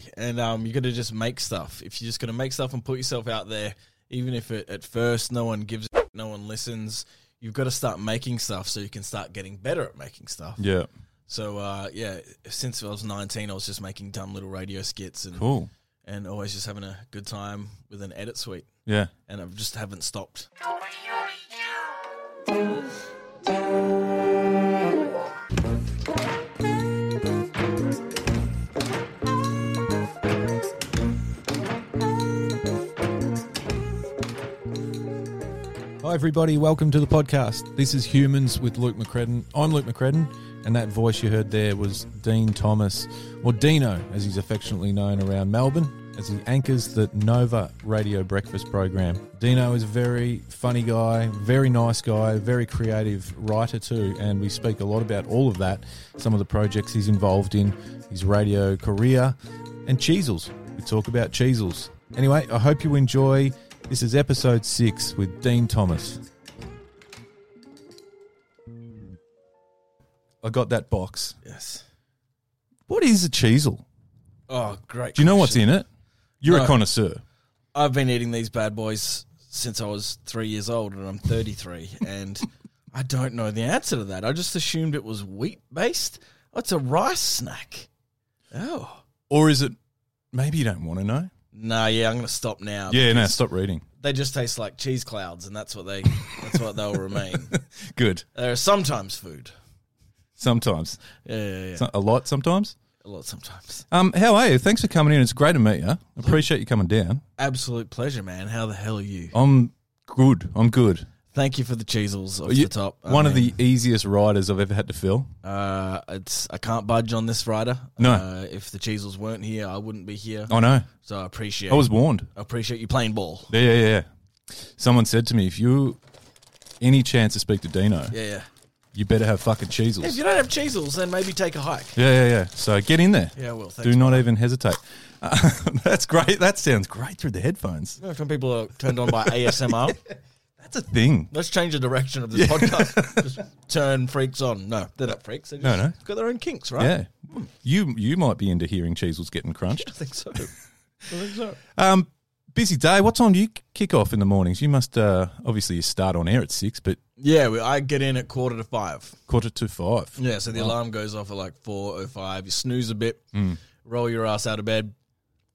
think. And um, you got to just make stuff. If you're just going to make stuff and put yourself out there, even if it, at first no one gives, a no one listens, you've got to start making stuff so you can start getting better at making stuff. Yeah. So uh, yeah, since I was 19, I was just making dumb little radio skits and Cool. and always just having a good time with an edit suite. Yeah. And I just haven't stopped. Hi, everybody. Welcome to the podcast. This is Humans with Luke McCredden. I'm Luke McCredden, and that voice you heard there was Dean Thomas, or Dino, as he's affectionately known around Melbourne, as he anchors the Nova Radio Breakfast program. Dino is a very funny guy, very nice guy, very creative writer, too, and we speak a lot about all of that, some of the projects he's involved in, his radio career, and Cheezels. We talk about Cheezels. Anyway, I hope you enjoy. This is episode six with Dean Thomas. I got that box. Yes. What is a cheesel? Oh, great. Do you know what's in it? You're a No. connoisseur. I've been eating these bad boys since I was three years old, and I'm 33, and I don't know the answer to that. I just assumed it was wheat based. Oh, it's a rice snack. Oh, Or is it maybe you don't want to know? nah, yeah, I'm gonna stop now. Yeah, no, stop reading. they just taste like cheese clouds, and that's what they that's what they'll remain. Good. They're sometimes food. Sometimes. Yeah, yeah, yeah. So- A lot sometimes. a lot sometimes. Um, how are you? Thanks for coming in. It's great to meet you. Appreciate you coming down. Absolute pleasure, man. How the hell are you? I'm good. I'm good. Thank you for the cheesels off You- the top. I One of mean, the easiest riders I've ever had to fill. uh, it's I can't budge on this rider. No. uh, if the cheesels weren't here, I wouldn't be here. I know. So I appreciate I was warned. I appreciate you playing ball. Yeah, yeah, yeah. Someone said to me, if you any chance to speak to Dino, Yeah, yeah. you better have fucking If cheezels. you don't have cheesels, then maybe take a hike. Yeah, yeah, yeah. So get in there. Yeah, well, thanks. Do not even hesitate. Uh, that's great. That sounds great through the headphones. You know, some people are turned on by ASMR. That's a thing. Let's change the direction of this podcast. Just turn freaks on. No, they're not freaks. They just no. got their own kinks, right? Yeah. You you might be into hearing cheezels getting crunched. I think so. I think so. Um, busy day. What time do you kick off in the mornings? You must uh, obviously you start on air at six, but Yeah, we, I get in at quarter to five. quarter to five. Yeah, so the alarm goes off at like four or five. You snooze a bit, roll your ass out of bed,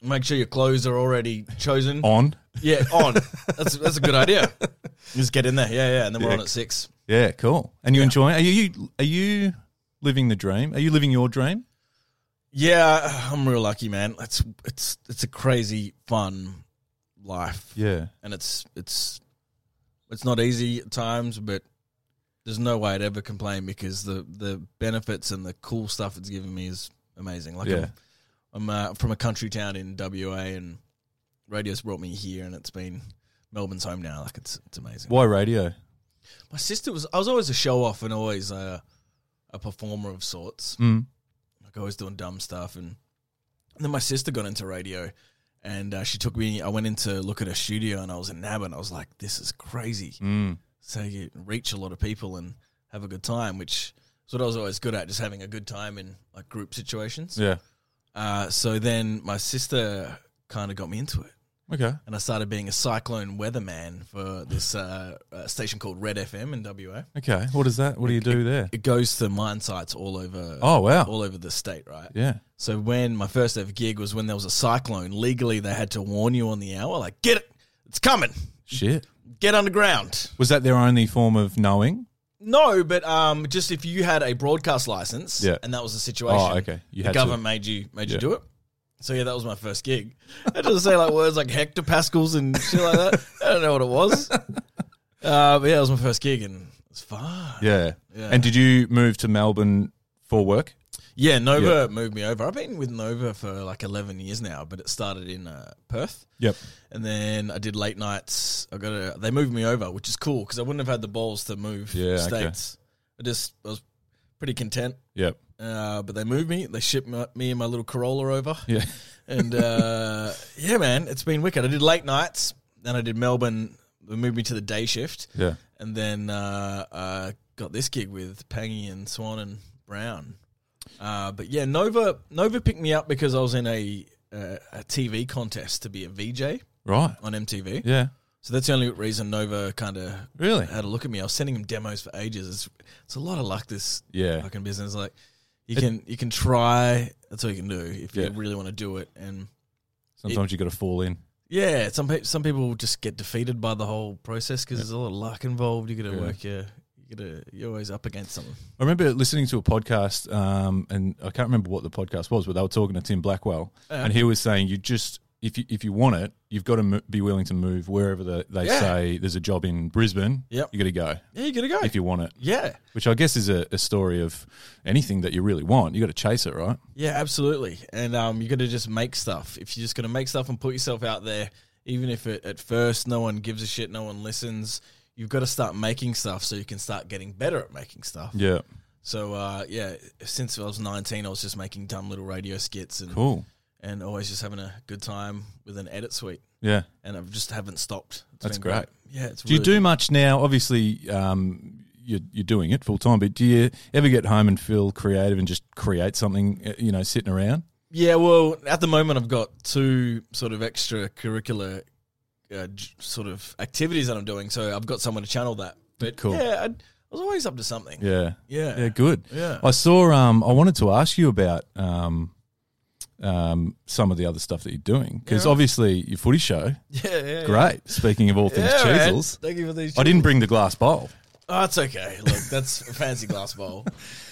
make sure your clothes are already chosen. On. Yeah, on. that's that's a good idea. Just get in there. Yeah, yeah, and then we're on at six. Yeah, cool. And you enjoying? Are you are you living the dream? Are you living your dream? Yeah, I'm real lucky, man. It's it's it's a crazy fun life, Yeah. and it's it's it's not easy at times, but there's no way I'd ever complain because the the benefits and the cool stuff it's given me is amazing. Like Yeah. I'm, I'm uh, from a country town in WA, and radio's brought me here, and it's been Melbourne's home now. Like it's it's amazing. Why radio? My sister was I was always a show off and always uh, a performer of sorts. Mm. like always doing dumb stuff and, and then my sister got into radio and uh, she took me i went in to look at her studio and i was in nab and i was like this is crazy Mm. so you reach a lot of people and have a good time which is what i was always good at just having a good time in like group situations Yeah. uh, so then my sister kind of got me into it Okay. and i started being a cyclone weatherman for this uh, uh, station called red fm in wa Okay. What is that? What do you do there? it goes to mine sites all over Oh wow. all over the state right Yeah. So when my first ever gig was when there was a cyclone, legally they had to warn you on the hour, like get it, it's coming, Shit. get underground. Was that their only form of knowing? No, but um, just if you had a broadcast license, Yeah. and that was the situation. Oh, okay. You The had government made you made Yeah. you do it. So yeah, that was my first gig. I had to say like words like hectopascals and shit like that. I don't know what it was. Uh, but yeah, that was my first gig and it's fun. to. Yeah. Yeah. And did you move to Melbourne for work? Yeah, Nova moved me over. I've been with Nova for like eleven years now, but it started in uh, Perth. Yep. and then I did late nights. I got a, they moved me over, which is cool because I wouldn't have had the balls to move Yeah, okay. states. I just I was pretty content, Yep. uh, but they moved me. They shipped my, me and my little Corolla over, Yeah. and uh, yeah, man, it's been wicked. I did late nights, then I did Melbourne. They moved me to the day shift, Yeah. and then uh, I got this gig with Pangy and Swan and Brown. Uh, but yeah, Nova Nova picked me up because I was in a uh, a TV contest to be a VJ Right. on MTV. Yeah. So that's the only reason Nova kind of Really? had a look at me. I was sending him demos for ages. It's it's a lot of luck. This Yeah. fucking business. Like you It- can you can try. That's all you can do if Yeah. you really want to do it. And Sometimes you got to fall in. yeah, some pe- some people just get defeated by the whole process because there's a lot of luck involved. You got to Yeah. work your you got to you're always up against something. I remember listening to a podcast, um, and I can't remember what the podcast was, but they were talking to Tim Blackwell, Yeah. and he was saying, "You just if you if you want it, you've got to mo- be willing to move wherever the, they Yeah. say there's a job in Brisbane. Yep. you got to go Yeah, you got to go. if you want it." yeah, Which I guess is a, a story of anything that you really want. You got to chase it, right? yeah, absolutely. And um, you got to just make stuff. If you're just gonna make stuff and put yourself out there, even if it, at first no one gives a shit, no one listens. You've got to start making stuff so you can start getting better at making stuff. Yeah, So uh, yeah, since I was nineteen, I was just making dumb little radio skits and cool. and always just having a good time with an edit suite. Yeah. And I just haven't stopped. It's That's been great. Yeah, it's Do you really do much now? Obviously, um, you're, you're doing it full time, but do you ever get home and feel creative and just create something? uh, You know, sitting around. Yeah, well, at the moment I've got two sort of extracurricular uh, j- sort of activities that I'm doing, so I've got someone to channel that. But Cool. yeah, I, I was always up to something. Yeah. Yeah, Yeah. yeah, Good. I saw. Um, I wanted to ask you about um, um, some of the other stuff that you're doing because Yeah. obviously your footy show, yeah, yeah. great. Speaking of all Yeah, things man. cheezels, Thank you for these. I didn't bring the glass bowl. Oh, it's okay. Look, that's a fancy glass bowl.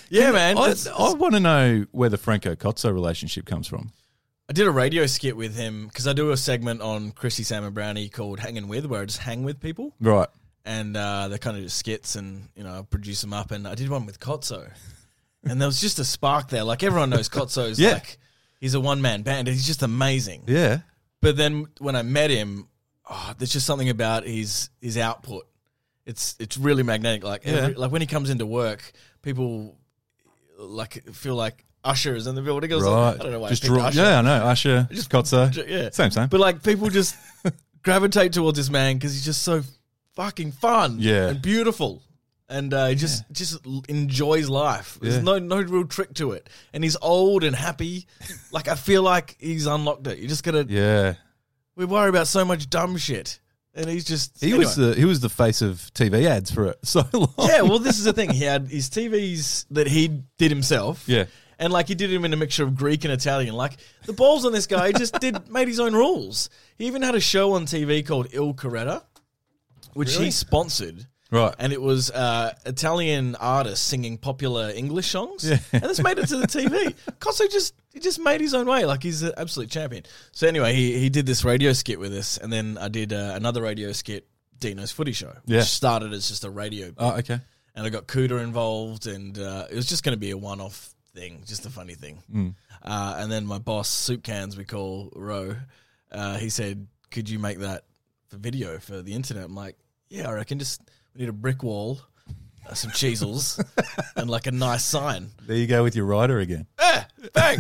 Yeah, man. I, that's- I want to know where the Franco Cozzo relationship comes from. I did a radio skit with him because I do a segment on Chrissy Sam and Brownie called Hanging With, where I just hang with people Right. and uh, they're kind of just skits and, you know, I produce them up. And I did one with Kotso and there was just a spark there. Like everyone knows Kotso's Yeah. like, he's a one man band. He's just amazing. Yeah. But then when I met him, oh, there's just something about his his output. It's it's really magnetic. Like every, Yeah. like when he comes into work, people like feel like ushers in the building. Or Right. something. I don't know why. Just I picked draw. usher. Yeah, I know. Usher, just Just- Cozzo. yeah. Same, same. But like people just gravitate towards this man because he's just so fucking fun, Yeah. and beautiful, and uh, he just just l- enjoys life. There's Yeah. no no real trick to it, and he's old and happy. like I feel like he's unlocked it. You just gotta. yeah. We worry about so much dumb shit, and he's just He was anyway. the he was the face of TV ads for so long. yeah. Well, this is the thing. He had his TVs that he did himself. Yeah. And like he did him in a mixture of Greek and Italian. Like the balls on this guy he just did made his own rules. He even had a show on TV called Il Coretta, which Really? he sponsored. Right. And it was uh, Italian artists singing popular English songs, and this made it to the TV. Cosso just he just made his own way, like he's an absolute champion. So anyway, he, he did this radio skit with us, and then I did uh, another radio skit, Dino's Footy Show, Yeah. which started as just a radio oh, okay. and I got Cuda involved, and uh, it was just going to be a one-off thing, just a funny thing. Uh, and then my boss, Soup Cans, we call Ro, uh, he said, "Could you make that for video for the internet?" I'm like, "Yeah, I reckon. Just we need a brick wall, uh, some cheesels, and like a nice sign." There you go with your writer again. Eh, bang.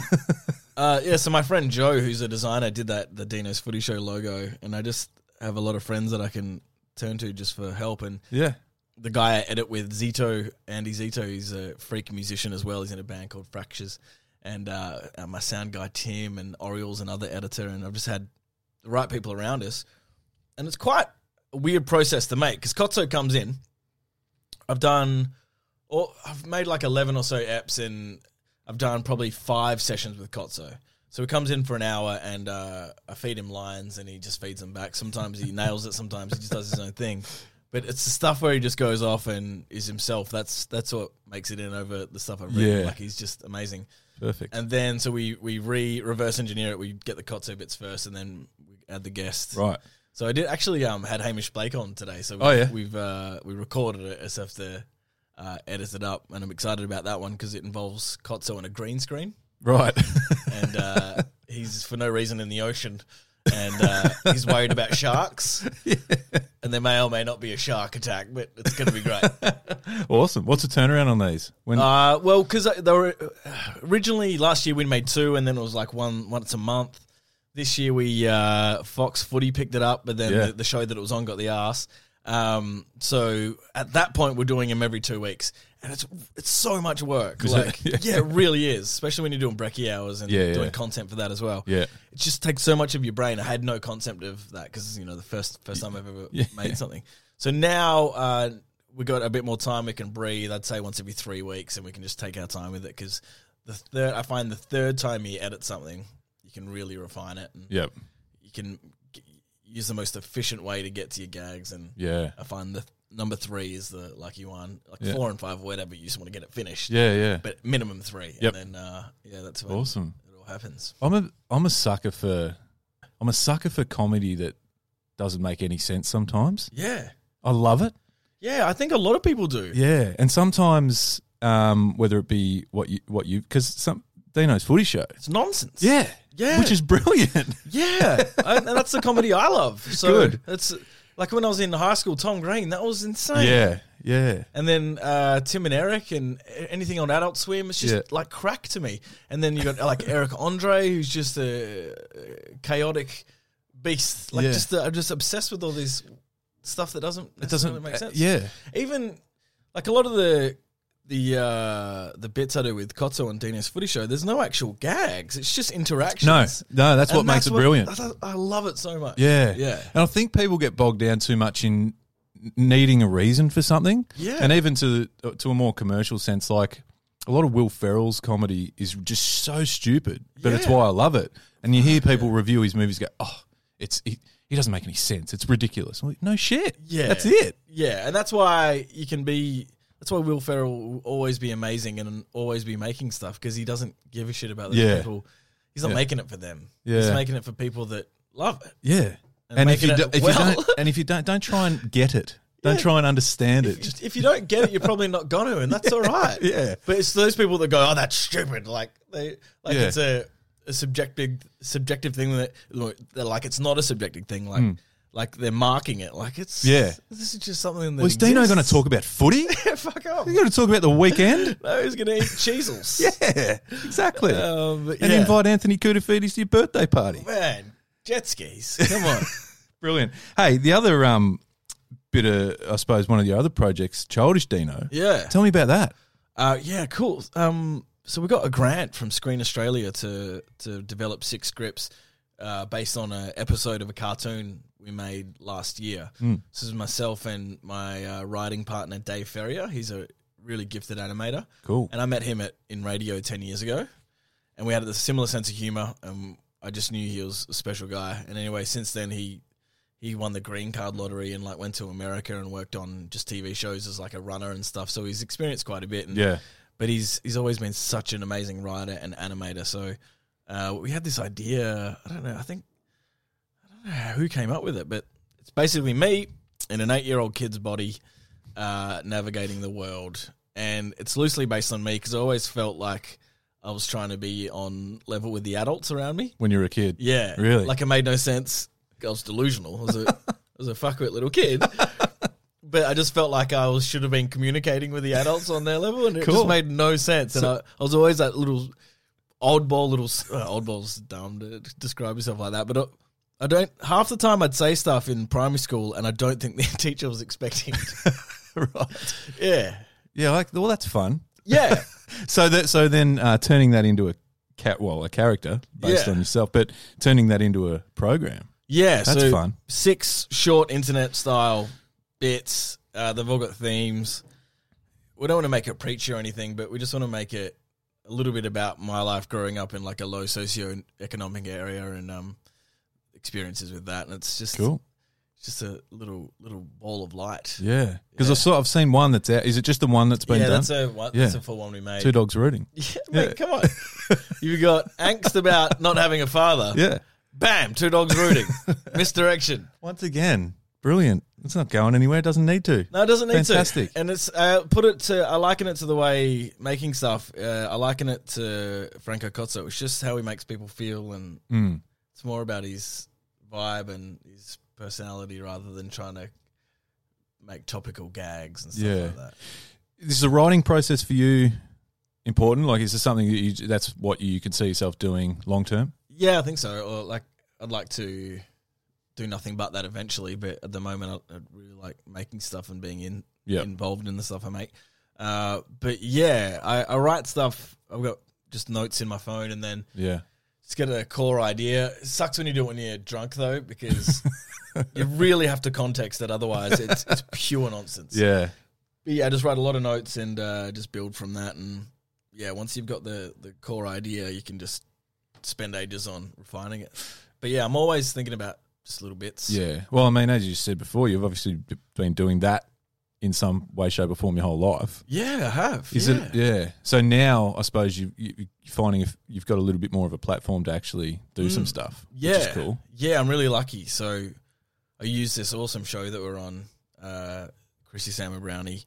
uh, yeah, so my friend Joe, who's a designer, did that the Dino's Footy Show logo, and I just have a lot of friends that I can turn to just for help and Yeah. the guy I edit with, Zito, Andy Zito, he's a freak musician as well. He's in a band called Fractures. And uh, uh, my sound guy, Tim, and Oriole's another editor. And I've just had the right people around us. And it's quite a weird process to make because Kotso comes in. I've done, or I've made like 11 or so apps, and I've done probably five sessions with Kotso. So he comes in for an hour, and uh, I feed him lines, and he just feeds them back. Sometimes he nails it, sometimes he just does his own thing. But it's the stuff where he just goes off and is himself. That's that's what makes it in over the stuff I've read. Yeah. Like he's just amazing. Perfect. And then so we we re reverse engineer it. We get the Kotso bits first, and then we add the guests. right. So I did actually um had Hamish Blake on today. So we, Oh, yeah. we've uh, we recorded it as if to uh, edit it up, and I'm excited about that one because it involves Kotso on a green screen, Right. and uh, he's for no reason in the ocean, and uh, he's worried about sharks, and there may or may not be a shark attack, but it's going to be great. awesome. What's the turnaround on these? When Uh, well, because they were uh, originally last year we made two, and then it was like one once a month. This year we uh, Fox Footy picked it up, but then Yeah. the, the show that it was on got the ass, Um, so at that point, we're doing them every two weeks, and it's it's so much work. Is it? Like, Yeah. yeah. it really is, especially when you're doing brekkie hours and Yeah, yeah. doing content for that as well. Yeah. it just takes so much of your brain. I had no concept of that because you know the first first time I've ever Yeah. made something. So now uh, we got a bit more time. We can breathe. I'd say once every three weeks, and we can just take our time with it because the third I find the third time you edit something, you can really refine it. And Yep. you can g- use the most efficient way to get to your gags and Yeah. i find the number three is the lucky one like Yeah. four and five or whatever you just want to get it finished Yeah. Yeah. but minimum three Yep. and then uh, yeah that's when Awesome. it all happens I'm a I'm a sucker for I'm a sucker for comedy that doesn't make any sense sometimes. yeah I love it. yeah i think a lot of people do Yeah, and sometimes um, whether it be what you what you because some Dino's footy show. it's nonsense Yeah, Yeah. which is brilliant. yeah I, and that's the comedy i love so Good. it's like when i was in high school tom green that was insane yeah, yeah, And then uh, Tim and Eric and anything on Adult Swim, it's just Yeah. like crack to me. And then you got like Eric Andre, who's just a uh, chaotic beast. Like Yeah. just uh, I'm just obsessed with all this stuff that doesn't it doesn't make sense. Yeah, even like a lot of the the uh, the bits I do with Kotso and Dina's Footy Show, there's no actual gags. It's just interactions. no, no, that's what And makes that's it brilliant. I, I love it so much. Yeah, yeah. And I think people get bogged down too much in n- needing a reason for something. Yeah. and even to to a more commercial sense, like a lot of Will Ferrell's comedy is just so stupid, but it's Yeah. why I love it. And you hear people review his movies, go, oh, it's he, he doesn't make any sense. It's ridiculous. I'm like, no shit. Yeah. that's it. Yeah, and that's why you can be. That's why Will Ferrell will always be amazing and always be making stuff because he doesn't give a shit about those Yeah. people. He's not Yeah. making it for them. Yeah. He's making it for people that love it. Yeah. And, And if making you do, it if you well. don't and if you don't don't try and get it. Don't try and understand it. Just Just if you don't get it, you're probably not gonna, and that's all right. Yeah. But it's those people that go, "Oh, that's stupid." Like they, like Yeah. it's a, a subjective subjective thing that look, they're like it's not a subjective thing. Like like they're marking it. Like it's Hmm. Yeah. This is just something that. was Dino going to exists. talk about footy? Fuck off. you got to talk about the weekend. No, he's gonna eat cheesels. yeah, exactly. Um, but and yeah. invite Anthony Koutafidis to your birthday party. Man, jet skis. Come on. Brilliant. Hey, the other um bit of I suppose one of your other projects, Childish Dino. yeah. Tell me about that. Uh, yeah, cool. Um, so we got a grant from Screen Australia to to develop six scripts uh, based on an episode of a cartoon we made last year. Hmm. This is myself and my uh, writing partner Dave Ferrier. He's a really gifted animator. Cool. And I met him at in radio ten years ago, and we had a similar sense of humor. And I just knew he was a special guy. And anyway, since then he he won the green card lottery and like went to America and worked on just TV shows as like a runner and stuff. So he's experienced quite a bit. And Yeah. but he's he's always been such an amazing writer and animator. So uh, we had this idea. I don't know. I think I don't know who came up with it, but it's basically me in an eight-year-old kid's body uh, navigating the world, and it's loosely based on me because I always felt like I was trying to be on level with the adults around me. When you were a kid. Yeah, Really? Like it made no sense. I was delusional. I was a I was a fuckwit little kid. But I just felt like I was, should have been communicating with the adults on their level, and it Cool. just made no sense. And I, I was always that little oddball, little s- uh, oddball's dumb to describe yourself like that. But I, I don't. Half the time, I'd say stuff in primary school, and I don't think the teacher was expecting. it. right. yeah, Yeah, like well that's fun. yeah. So that so then uh, turning that into a cat well, a character based Yeah. on yourself, but turning that into a program. Yeah, That's so fun. Six short internet style bits. Uh, they've all got themes. We don't want to make it preachy or anything, but we just want to make it a little bit about my life growing up in like a low socio-economic area and um, experiences with that. And it's just Cool. it's just a little little ball of light. Yeah. Because I saw I've seen one that's out. Is it just the one that's been yeah, done? that's a one, that's Yeah. a full one we made. Two dogs rooting. yeah, mate, come on. You've got angst about not having a father. Yeah. Bam, two dogs rooting. Misdirection. Once again, brilliant. It's not going anywhere. It doesn't need to. No, it doesn't need Fantastic. to. And it's uh, put it to. I liken it to the way making stuff. Uh, I liken it to Franco Cozzo. It's just how he makes people feel, and Mm. it's more about his vibe and his personality rather than trying to make topical gags and stuff Yeah. like that. Is the writing process for you important? Like, is this something that you, that's what you can see yourself doing long term? Yeah, I think so. Or like, I'd like to do nothing but that eventually. But at the moment, I, I really like making stuff and being in Yeah. involved in the stuff I make. Uh, but yeah, I, I write stuff. I've got just notes in my phone, and then Yeah. just get a core idea. It sucks when you do it when you're drunk though, because you really have to context it. Otherwise, it's, it's pure nonsense. Yeah. But yeah, I just write a lot of notes and uh, just build from that. And yeah, once you've got the, the core idea, you can just spend ages on refining it. But yeah, I'm always thinking about just little bits. Yeah. Well, I mean, as you said before, you've obviously b- been doing that in some way, shape, or form your whole life. Yeah, I have. Is yeah. it? Yeah. So now, I suppose you, you you're finding if you've got a little bit more of a platform to actually do some Mm. stuff. Yeah. Which is cool. Yeah, I'm really lucky. So I used this awesome show that we're on, uh, Chrissy Sam and Brownie,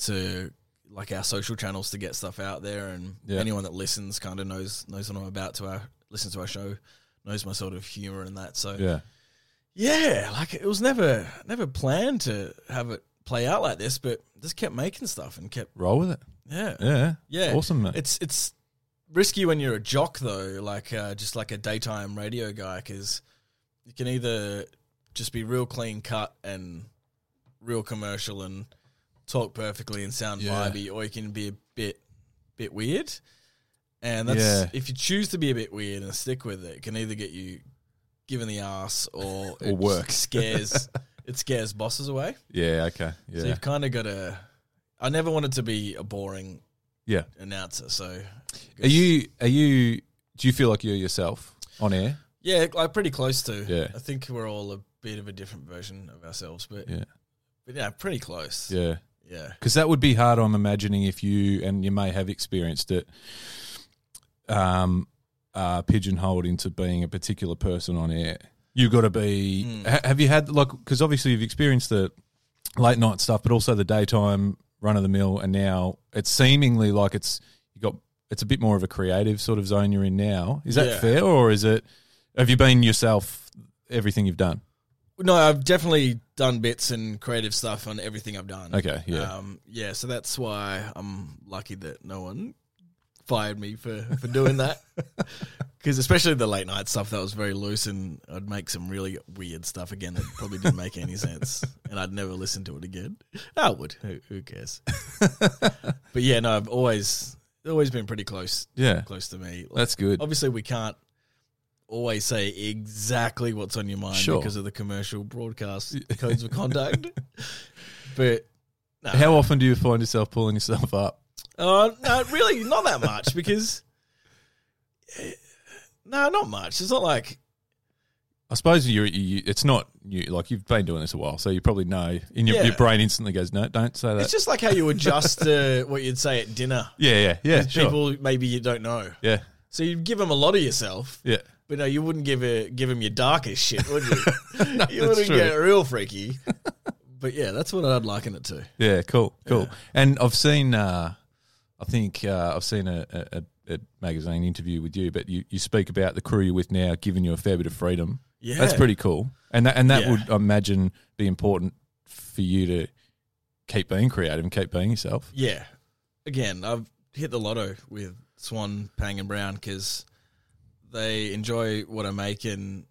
to like our social channels to get stuff out there and Yeah. anyone that listens kind of knows knows what I'm about to our listens to our show, knows my sort of humor and that. So Yeah. yeah, like it was never never planned to have it play out like this, but just kept making stuff and kept Roll with it. yeah. Yeah. Yeah. Awesome, mate. It's it's risky when you're a jock though, like uh, just like a daytime radio guy, because you can either just be real clean cut and real commercial and talk perfectly and sound Yeah. vibey, or you can be a bit bit weird. And that's Yeah. if you choose to be a bit weird and stick with it, it can either get you given the ass or it Or work. just scares it scares bosses away. yeah. Okay. Yeah. So you've kind of got to. I never wanted to be a boring Yeah. announcer, so Are you? Are you? Do you feel like you're yourself on air? Yeah, like pretty close to. Yeah. I think we're all a bit of a different version of ourselves, but Yeah. but yeah, pretty close. Yeah. Yeah. Because that would be hard. I'm imagining if you and you may have experienced it. Um, uh, pigeonholed into being a particular person on air. You've got to be. Mm. ha- have you had like? Because obviously you've experienced the late night stuff, but also the daytime run of the mill, and now it's seemingly like it's you got. It's a bit more of a creative sort of zone you're in now. Is that Yeah. fair, or is it? Have you been yourself? Everything you've done. No, I've definitely done bits and creative stuff on everything I've done. Okay. Yeah. Um, yeah, so that's why I'm lucky that no one fired me for, for doing that. Because especially the late night stuff, that was very loose, and I'd make some really weird stuff again that probably didn't make any sense, and I'd never listen to it again. I would. Who, who cares? but yeah, no, I've always always been pretty close yeah. close to me. Like, That's good. obviously, we can't always say exactly what's on your mind Sure. because of the commercial broadcast codes of conduct. But no, How often do you find yourself pulling yourself up? uh, no, really, not that much because eh, no, not much. It's not like I suppose you're, you, it's not you, like you've been doing this a while, so you probably know. In your, Yeah. your brain instantly goes, no, don't say that. it's just like how you adjust uh, what you'd say at dinner. yeah, yeah, yeah, sure. People maybe you don't know, yeah, so you'd give them a lot of yourself, yeah, but no, you wouldn't give a give them your darkest shit, would you? you that's wouldn't true. get real freaky. But yeah, that's what I'd liken it to. yeah. Cool, cool. And I've seen, uh, I think uh, I've seen a, a, a a magazine interview with you, but you, you speak about the crew you're with now giving you a fair bit of freedom. Yeah, That's pretty cool, and that and that Yeah. would I imagine be important for you to keep being creative and keep being yourself. Yeah. Again, I've hit the lotto with Swan, Pang, and Brown because they enjoy what I make and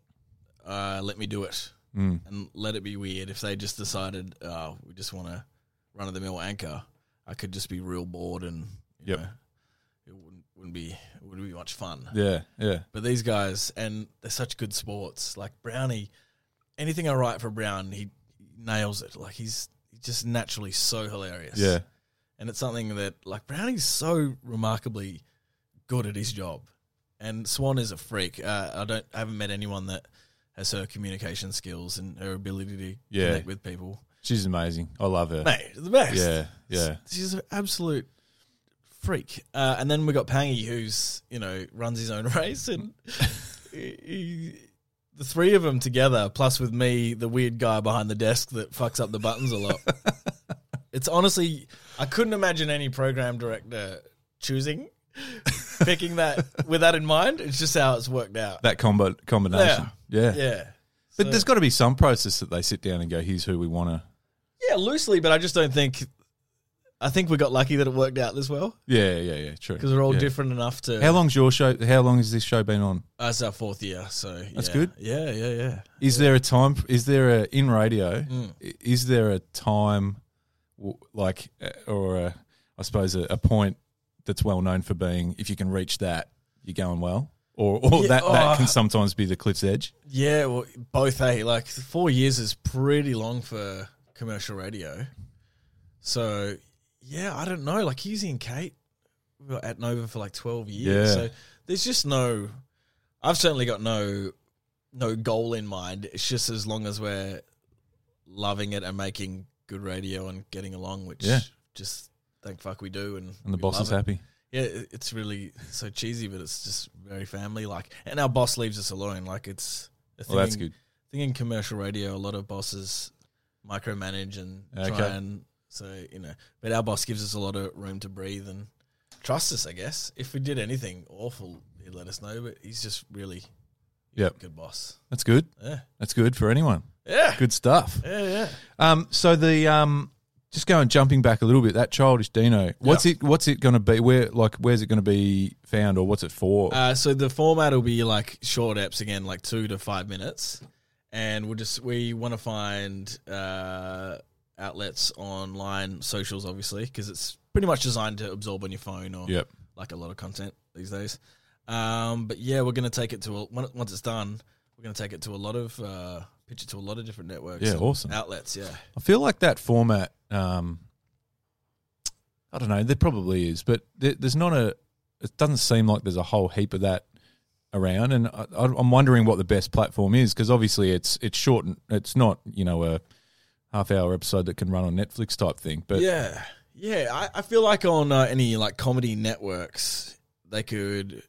uh, let me do it Mm. and let it be weird. If they just decided, oh, we just want to run of the mill anchor, I could just be real bored and you Yep. know, it wouldn't wouldn't be it wouldn't be much fun. Yeah, yeah, But these guys, and they're such good sports. Like Brownie, anything I write for Brown, he nails it. Like he's he's just naturally so hilarious yeah, and it's something that like Brownie's so remarkably good at his job, and Swan is a freak. Uh, I don't, I haven't met anyone that has her communication skills and her ability to Yeah. connect with people. She's amazing. I love her. Mate, the best. Yeah, yeah, she's an absolute freak. Uh, and then we got Pangy, who's you know runs his own race, and he- he- the three of them together, plus with me, the weird guy behind the desk that fucks up the buttons a lot. it's honestly, I couldn't imagine any program director choosing picking that with that in mind. It's just how it's worked out. that combo combination. Yeah, yeah. but So- there's got to be some process that they sit down and go, "Here's who we want to." Yeah, loosely, but I just don't think I think we got lucky that it worked out this well Yeah, yeah, yeah. True. because we're all Yeah. different enough to. How long's your show? How long has this show been on? That's Oh, our fourth year, so That's yeah. good. Yeah, yeah, yeah. Is there a time? Is there a in radio? Mm. i- Is there a time, w- like, uh, or a, I suppose a, a point that's well known for being? If you can reach that, you're going well. Or, or Yeah, that that oh. can sometimes be the cliff's edge. Yeah, well, both. Hey, like four years is pretty long for commercial radio. So, yeah, I don't know. Like Husey and Kate were at Nova for like twelve years. Yeah. So there's just no. I've certainly got no, no goal in mind. It's just as long as we're loving it and making good radio and getting along, which Yeah. just thank fuck we do. And And the we boss love is it. happy. Yeah, it- it's really so cheesy, but it's just very family like. And our boss leaves us alone. Like it's. a Well, that's thing in- good. I think in commercial radio, a lot of bosses micromanage and try Okay. and so you know. But our boss gives us a lot of room to breathe and trust us. I guess if we did anything awful, he'd let us know. But he's just really, Yep. good boss. That's good. Yeah, That's good for anyone. yeah, Good stuff. yeah, yeah. Um, so the um, just going jumping back a little bit. That childish Dino. What's it? What's it going to be? Where like where's it going to be found, or what's it for? Uh, so the format will be like short apps again, like two to five minutes, and we'll just we want to find uh, outlets online, socials, obviously, because it's pretty much designed to absorb on your phone or yep. like a lot of content these days. Um, but yeah, we're going to take it to a, when- once it's done, we're going to take it to a lot of uh, pitch it to a lot of different networks. Yeah. and Awesome. outlets. Yeah, I feel like that format. Um, I don't know. There probably is, but there, there's not a. It doesn't seem like there's a whole heap of that around, and I, I'm wondering what the best platform is because obviously it's it's short. and It's not you know a half hour episode that can run on Netflix type thing, but yeah, yeah. I, I feel like on uh, any like comedy networks, they could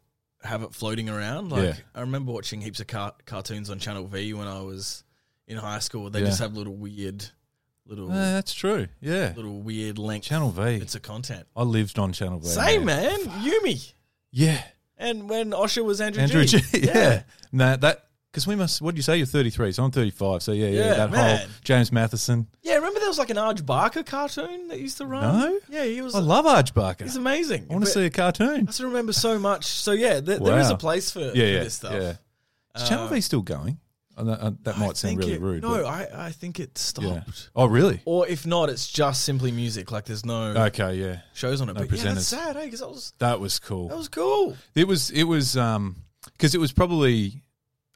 have it floating around. Like Yeah. I remember watching heaps of car- cartoons on Channel V when I was in high school. They Yeah. just have little weird, little Uh, that's true. Yeah, little weird length. Channel V. I It's a content. lived on Channel V. Same man, Yumi. Yeah, And when Osher was Andrew, Andrew G. G. Yeah, nah, that because we must. What do you say? You're 33, so I'm 35. So yeah, yeah, Yeah, that whole man. James Matheson. Yeah, remember there was like an Arj Barker cartoon that used to run? No. Yeah, he was I love Arch Barker. he's amazing. I want to But see a cartoon. I just remember so much. So yeah, there, there is Wow. a place for, for yeah, yeah, this stuff. Uh, yeah. Is Channel V still going? I know- uh, that I might sound think really it- rude. No, I, I think it but- yeah. stopped. Oh, really? Or if not, it's just simply music. Like there's no Okay, yeah. shows on it. no but yeah, presenters. that's sad, eh? Because that was That was that cool. was cool. It was. It was. Um, because it was probably.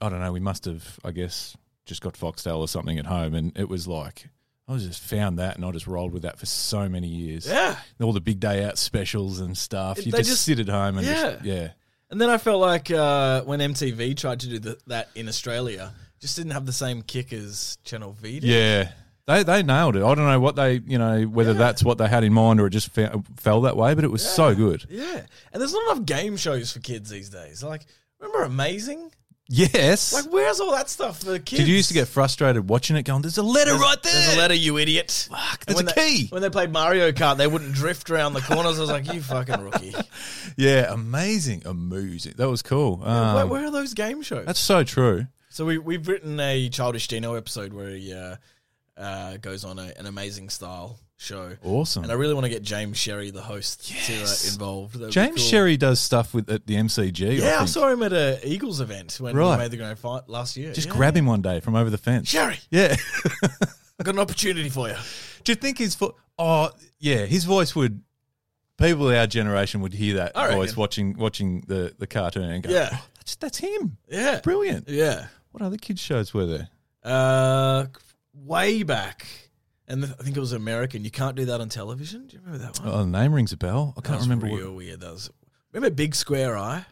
I don't know. We must have. I guess just got Foxtel or something at home, and it was like I was just found that, and I just rolled with that for so many years. Yeah. All the big day out specials and stuff. It- You they just, just- sit at home and just- Yeah. yeah. And then I felt like uh, when MTV tried to do the, that in Australia, just didn't have the same kick as Channel V did. Yeah. They, they nailed it. I don't know what they, you know, whether that's what they had in mind or it just fe- fell that way, but it was so good. Yeah. And there's not enough game shows for kids these days. Like, remember Amazing? Yes. Like, where's all that stuff for kids? Did you used to get frustrated watching it going, there's a letter right there. There's a letter, you idiot. Fuck, there's a key. When they played Mario Kart, they wouldn't drift around the corners. I was like, you fucking rookie. Yeah, amazing. Amazing. That was cool. Um, where, where are those game shows? that's so true. So we, we've written a Childish Dino episode where he uh, uh, goes on a, an Amazing Style show. Awesome. And I really want to get James Sherry, the host, Yes. to, uh, involved. That would be James cool. Sherry does stuff with at the MCG. I Yeah, I, think. saw him at a Eagles event when Right. we made the grand fight last year. Just Yeah. grab him one day from over the fence. Sherry. Yeah. I've got an opportunity for you. Do you think his vo- Oh, yeah, his voice would. People of our generation would hear that I reckon. voice watching watching the, the cartoon and go, Yeah. "Oh, that's, that's him. Yeah. Brilliant. Yeah. What other kids shows were there? Uh, way back, and th- I think it was American. You can't do that on television. Do you remember that one? Oh, the name rings a bell. I can't That was remember. Real What, weird. That was. Remember Big Square Eye?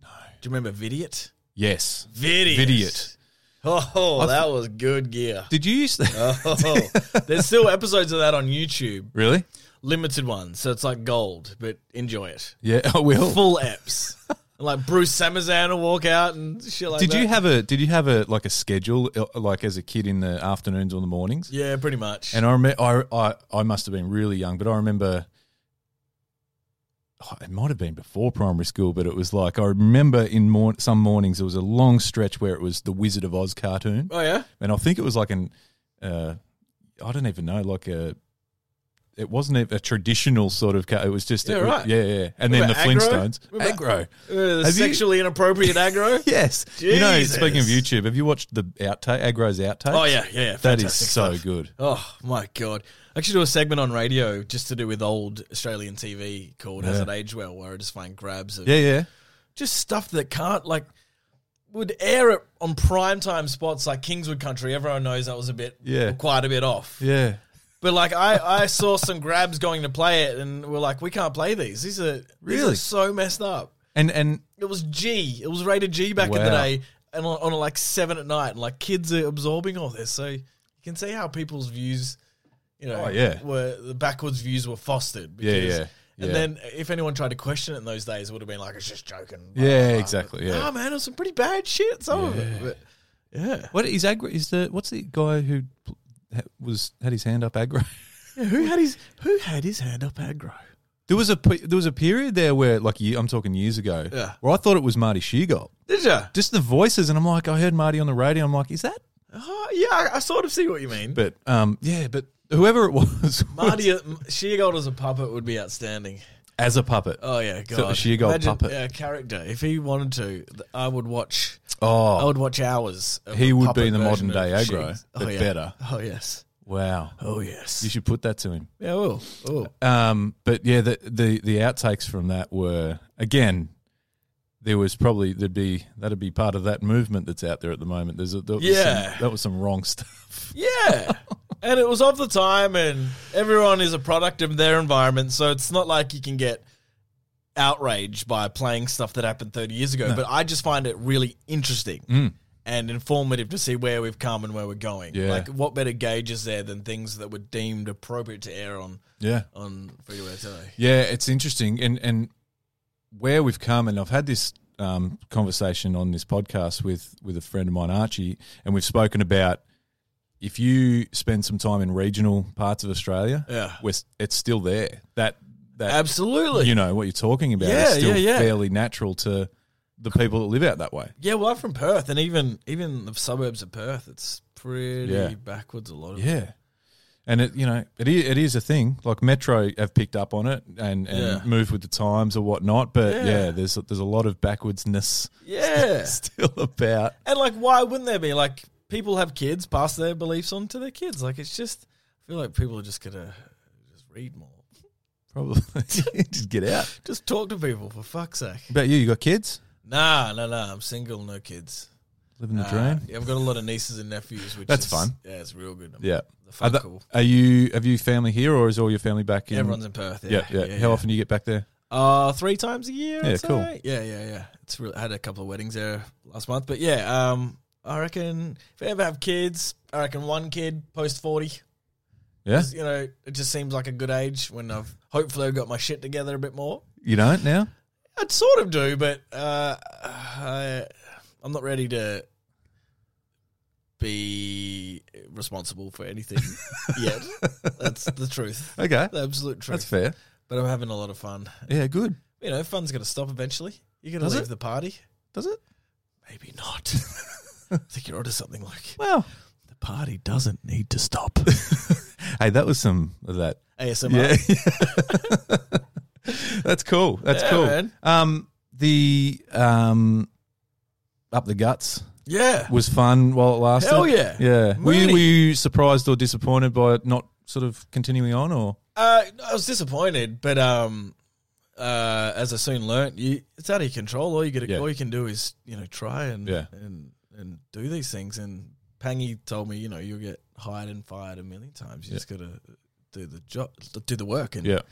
no. Do you remember Vidiot? Yes. Vidiot. Vidiot. Oh, I've- that was good gear. Did you use that? Oh, there's still episodes of that on YouTube, really? limited ones. So it's like gold, but enjoy it. Yeah, I will. Full eps. And like Bruce Samazan will walk out and shit like Did that. you have a did you have a like a schedule uh, like as a kid in the afternoons or the mornings? Yeah, pretty much. And I remember I, I I must have been really young, but I remember oh, it might have been before primary school, but it was like I remember in mor- some mornings there was a long stretch where it was the Wizard of Oz cartoon, oh yeah. and I think it was like an uh, I don't even know like a it wasn't a, a traditional sort of cat. It was just Yeah, it was- right. yeah, yeah. And What then the about aggro? Flintstones, What about- aggro. Uh, Have you- sexually inappropriate aggro. Yes, you know. Speaking of Jesus. YouTube, have you watched the outtake aggro's outtakes? Oh yeah, yeah, yeah. that is fantastic so stuff. good. Oh my god! I actually do a segment on radio just to do with old Australian TV called "Has Yeah. It Aged Well," where I just find grabs of Yeah, yeah. just stuff that can't like would air it on prime time spots like Kingswood Country. Everyone knows that was a bit, Yeah. quite a bit off. Yeah. But like I, I saw some grabs going to play it, and we're like, we can't play these. These are these are Really? so messed up. And and It was G. It was rated G back in the Wow. day, and on, on like seven at night, and like kids are absorbing all this. So you can see how people's views, you know, Oh, yeah. were the backwards views were fostered. Yeah, yeah, yeah. And then uh, if anyone tried to question it in those days, it would have been like it's just joking. blah, yeah, blah, blah. exactly. But, Yeah. Nah, man, it was some pretty bad shit. Some of it, but yeah. What is aggro? Is the what's the guy who pl- ha- was had his hand up aggro? yeah. Who had his Who had his hand up aggro? There was a pe- there was a period there where like ye- I'm talking years ago Yeah. where I thought it was Marty Sheargold. Did you? Just the voices, and I'm like, I heard Marty on the radio. I'm like, is that? Oh, yeah, I, I sort of see what you mean. But um, yeah, but whoever it was, was Marty, uh, Sheargold as a puppet would be outstanding. as a puppet. Oh yeah, God. So the Sheargold Imagine puppet. A character. If he wanted to, th- I would watch. I Oh, would watch hours. of He a would puppet be the version modern day of aggro, Shears. but yeah. better. Oh yes. wow! Oh yes. You should put that to him. yeah. Oh. Oh. Um, but yeah, the, the the outtakes from that were again. There was probably there'd be that'd be part of that movement that's out there at the moment. There's a, that was Yeah. some, that was some wrong stuff. Yeah. and it was of the time, and everyone is a product of their environment, so it's not like you can get outraged by playing stuff that happened 30 years ago. But I just find it really interesting and informative to see where we've come and where we're going. Mm. Yeah. Like, what better gauge is there than things that were deemed appropriate to air on Yeah, on freeway today? Yeah, it's interesting, and and where we've come, and I've had this um, conversation on this podcast with with a friend of mine, Archie, and we've spoken about if you spend some time in regional parts of Australia, Yeah. we're, s- it's still there. That that Absolutely. you know what you're talking about Yeah, is still yeah, yeah. fairly natural to the people that live out that way. Yeah, well, I'm from Perth, and even even the suburbs of Perth, it's pretty Yeah. backwards a lot of it. Yeah. And it, you know, it is, it is a thing. Like Metro have picked up on it and, and Yeah. moved with the times or whatnot. But yeah, Yeah. there's there's a lot of backwardsness Yeah. still about. And like, why wouldn't there be? Like, people have kids, pass their beliefs on to their kids. Like, it's just, I feel like people are just gonna just read more, Probably just get out. just talk to people for fuck's sake. About you, you got kids Nah, nah, nah. I'm single, no kids. living the Nah. dream. Yeah, I've got a lot of nieces and nephews, which That's is- fun. Yeah, it's real good. Yeah. the Are, fun tha- cool. are you? Have you family here, or is all your family back in? Everyone's in Perth. yeah, Yeah, yeah. How often do you get back there? Uh, three times a year. Yeah, I'd cool. say. Yeah, yeah, yeah. It's really, I had a couple of weddings there last month, but yeah, um, I reckon if I ever have kids, I reckon one kid post forty. Yeah, 'Cause, You know, it just seems like a good age when I've hopefully I've got my shit together a bit more. you don't now. I'd sort of do, but uh, I, I'm not ready to be responsible for anything yet. That's the truth, Okay, the absolute truth. that's fair. But I'm having a lot of fun. Yeah, good. You know, fun's gonna stop eventually. You're gonna Does leave it? the party. Does it? Maybe not. I think you're onto something. Like Well, the party doesn't need to stop. hey, that was some of that ASMR. Yeah. That's cool. That's Yeah, cool. man. Um the um up the guts yeah. was fun while it lasted. Hell yeah. Yeah. Were you, Really? were you surprised or disappointed by it not sort of continuing on or Uh, I was disappointed, but um, uh, as I soon learnt, you, it's out of your control. All you get, Yeah. all you can do is you know try and Yeah. and and do these things. And Pangy told me, you know, you'll get hired and fired a million times. You Yeah. just gotta do the job, do the work, and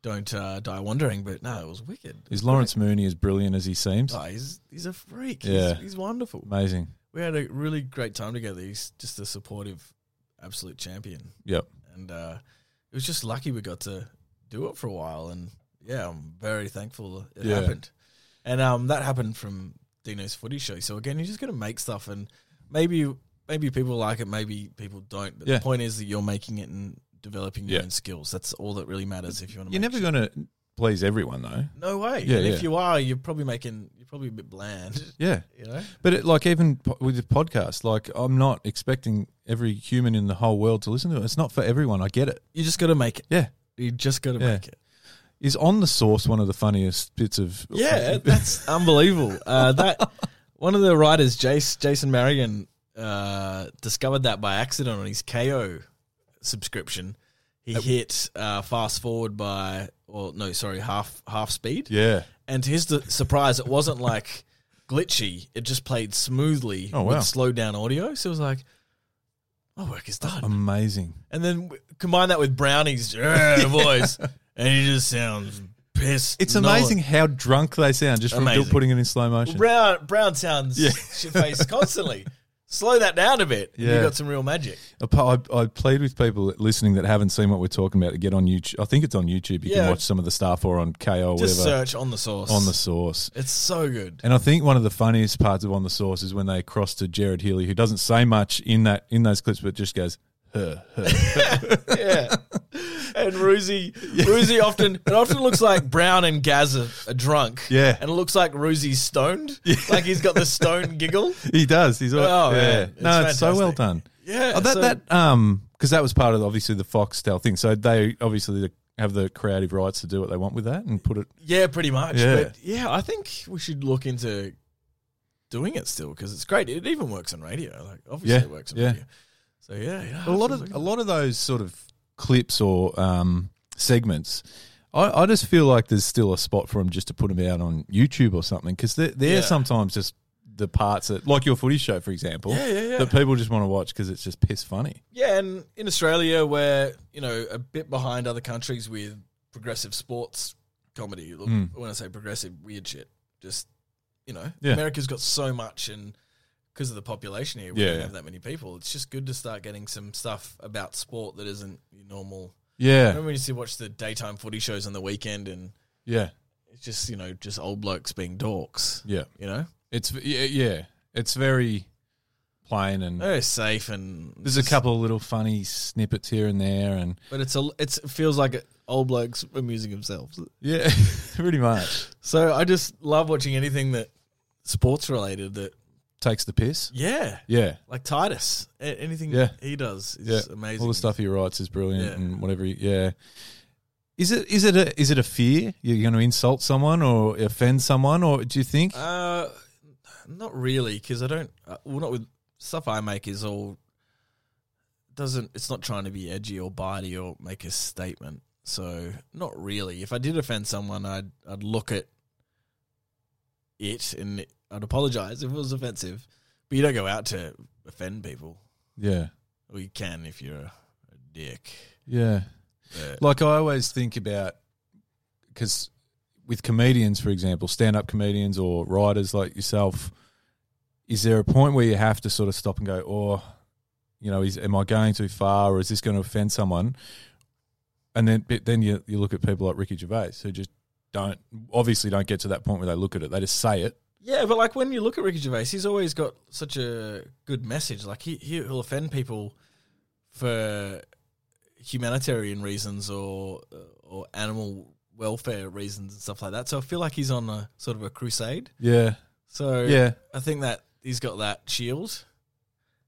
don't uh, die wandering. But no, it was wicked. Is Lawrence Mooney as brilliant as he seems? Oh, he's he's a freak. Yeah. He's, he's wonderful. Amazing. We had a really great time together. He's just a supportive, absolute champion Yep. and uh, it was just lucky we got to do it for a while. And yeah, I'm very thankful it Yeah. happened. And um, that happened from Dino's Footy Show. So again, you're just gonna make stuff, and maybe maybe people like it, maybe people don't. But Yeah. the point is that you're making it and developing your Yeah. own skills. That's all that really matters if you want to. You're never going to please everyone though. No way. Yeah, and if yeah. you are, you're probably making you're probably a bit bland. Yeah. You know? But it, like even po- with the podcast, like I'm not expecting every human in the whole world to listen to it. It's not for everyone. I get it. You just gotta make it. Yeah. You just gotta Yeah. make it. Is on the source one of the funniest bits of Yeah, that's unbelievable. Uh, that one of the writers, Jace, Jason Marion, uh, discovered that by accident on his KO subscription. He hit uh, fast forward by, or no, sorry, half half speed. yeah. And to his d- surprise, it wasn't like glitchy. It just played smoothly Oh, wow. with slowed down audio. So it was like, my work is done. Um, Amazing. and then w- combine that with Brownie's "Yeah," voice, and he just sounds pissed. It's Nolan. amazing how drunk they sound just from Amazing. putting it in slow Well, motion. Brown Brown sounds Yeah. shit faced constantly. Slow that down a bit. and Yeah. You got some real magic. I p- I, I plead with people that- listening that haven't seen what we're talking about to get on YouTube. I think it's on YouTube. You can Yeah. watch some of the stuff or on KO or Just whatever search on the source. on the source. it's so good. And I think one of the funniest parts of on the source is when they cross to Jared Healy, who doesn't say much in that in those clips, but just goes her her. Yeah. and Ruzi Ruzi often it often looks like Brown and Gaz are, are drunk. Yeah. And it looks like Ruzi's stoned. Like he's got the stone giggle. he does. He's all, Oh, yeah. man. It's no, it's so well fantastic. done. Yeah. Oh, that so- that um because that was part of obviously the Foxtel thing. So they obviously have the creative rights to do what they want with that and put it. Yeah, pretty much. Yeah. But yeah, I think we should look into doing it still because it's great. It even works on radio. Like obviously Yeah, it works on yeah. radio. So yeah, yeah. a lot of a lot of those sort of clips or um, segments. I, I just feel like there's still a spot for them just to put them out on YouTube or something because they're, they're Yeah. sometimes just the parts that, like your footy show, for example, Yeah, yeah, yeah. that people just want to watch because it's just piss funny. Yeah, and in Australia, we're you know a bit behind other countries with progressive sports comedy. Look, Mm. When I say progressive, weird shit. Just you know, Yeah. America's got so much, and because of the population here, we Yeah, don't yeah. have that many people. It's just good to start getting some stuff about sport that isn't your normal. I Yeah, remember when you used to watch the daytime footy shows on the weekend, and yeah, it's just you know just old blokes being dorks. yeah. You know, It's yeah, yeah. It's very plain and very safe and Hmm. there's a couple of little funny snippets here and there and but it's a it's, it feels like old blokes amusing themselves. yeah, pretty much So I just love watching anything that sports related. That takes the piss. yeah, Yeah. like Titus, A- anything Yeah. he does is Yeah. amazing. All the stuff he writes is brilliant Yeah. and whatever. He, yeah. Is it is it a is it a fear you're going to insult someone or offend someone or do you think? Uh, not really, because I don't. Uh, well, not with stuff I make is all doesn't. It's not trying to be edgy or bitey or make a statement. So not really. If I did offend someone, I'd I'd look at it and I'd apologize if it was offensive. But you don't go out to offend people. yeah, Well, you can if you're a, a dick. yeah. But Like I always think about because with comedians, for example, stand up comedians or writers like yourself, is there a point where you have to sort of stop and go, oh, you know, is am I going too far or is this going to offend someone? And then but then you you look at people like Ricky Gervais who just don't obviously don't get to that point where they look at it. They just say it. yeah, but like when you look at Ricky Gervais, he's always got such a good message. Like he he'll offend people for humanitarian reasons or uh, or animal welfare reasons and stuff like that. So I feel like he's on a sort of a crusade. Yeah. So Yeah. I think that he's got that shield.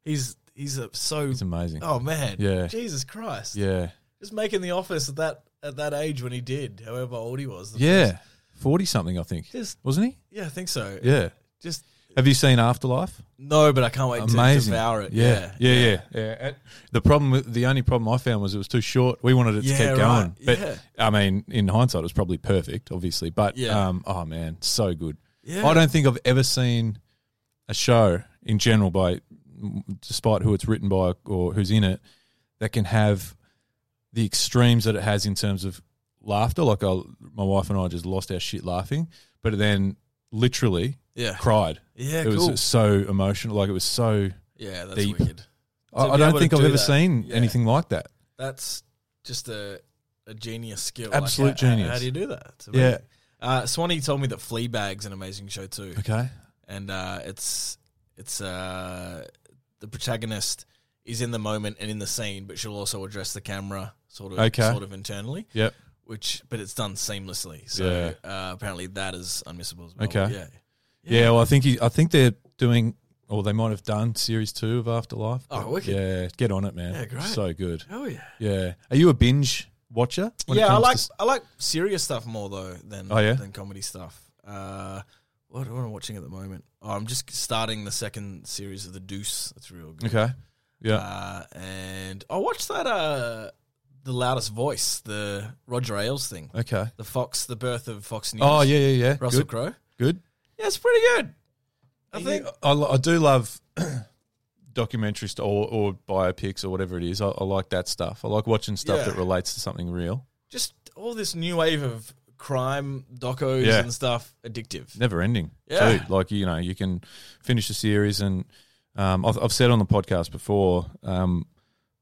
He's he's a, so It's amazing. oh man, Yeah. Jesus Christ, Yeah. just making the office at that at that age when he did, however old he was. the first- Yeah. 40 something I think. just Wasn't he? yeah, I think so. Yeah. Just Have you seen Afterlife? No, but I can't wait Amazing. to devour it. Yeah. Yeah, yeah, yeah. And The problem, with, the only problem I found was it was too short. We wanted it to Yeah, keep right. going, but Yeah. I mean, in hindsight, it was probably perfect, obviously. But Yeah. um, oh man, so good. Yeah. I don't think I've ever seen a show in general, by despite who it's written by or who's in it, that can have the extremes that it has in terms of laughter. Like I, my wife and I just lost our shit laughing, but then literally yeah, cried. yeah, it cool. was so emotional. Like it was so. yeah, that's deep. wicked. I, to I be don't able to think I've do ever that, seen yeah. anything like that. That's just a a genius skill. Absolute how- how- genius. How do you do that? It's Yeah. amazing. Uh, Swanee told me that Fleabag's an amazing show too, Okay. and uh, it's it's uh, the protagonist is in the moment and in the scene, but she'll also address the camera sort of Okay. sort of internally. Yep. which but it's done seamlessly. So uh, apparently that is unmissable as well. Okay. Yeah. Yeah, well, I think he, I think they're doing, or they might have done series two of Afterlife. Oh, But wicked. Yeah, get on it, man. Yeah, great. So good. Oh yeah. Yeah. Are you a binge watcher? when it yeah, I comes to like s- I like serious stuff more though than Oh, yeah? than comedy stuff. Uh, what, what am I watching at the moment? Oh, I'm just starting the second series of The Deuce. That's real good. okay. Yeah. Uh, and I watched that uh, the loudest voice, the Roger Ailes thing, okay. the Fox, the birth of Fox News. Oh yeah, yeah, yeah. Russell good. Crowe. good. Yeah, it's pretty good. I think. I, lo- I do love documentaries st- or, or biopics or whatever it is. I, I like that stuff. I like watching stuff Yeah. that relates to something real. just all this new wave of crime docos Yeah. and stuff addictive. Never ending. Yeah. too. Like you know, you can finish a series, and um, I've, I've said on the podcast before. Um,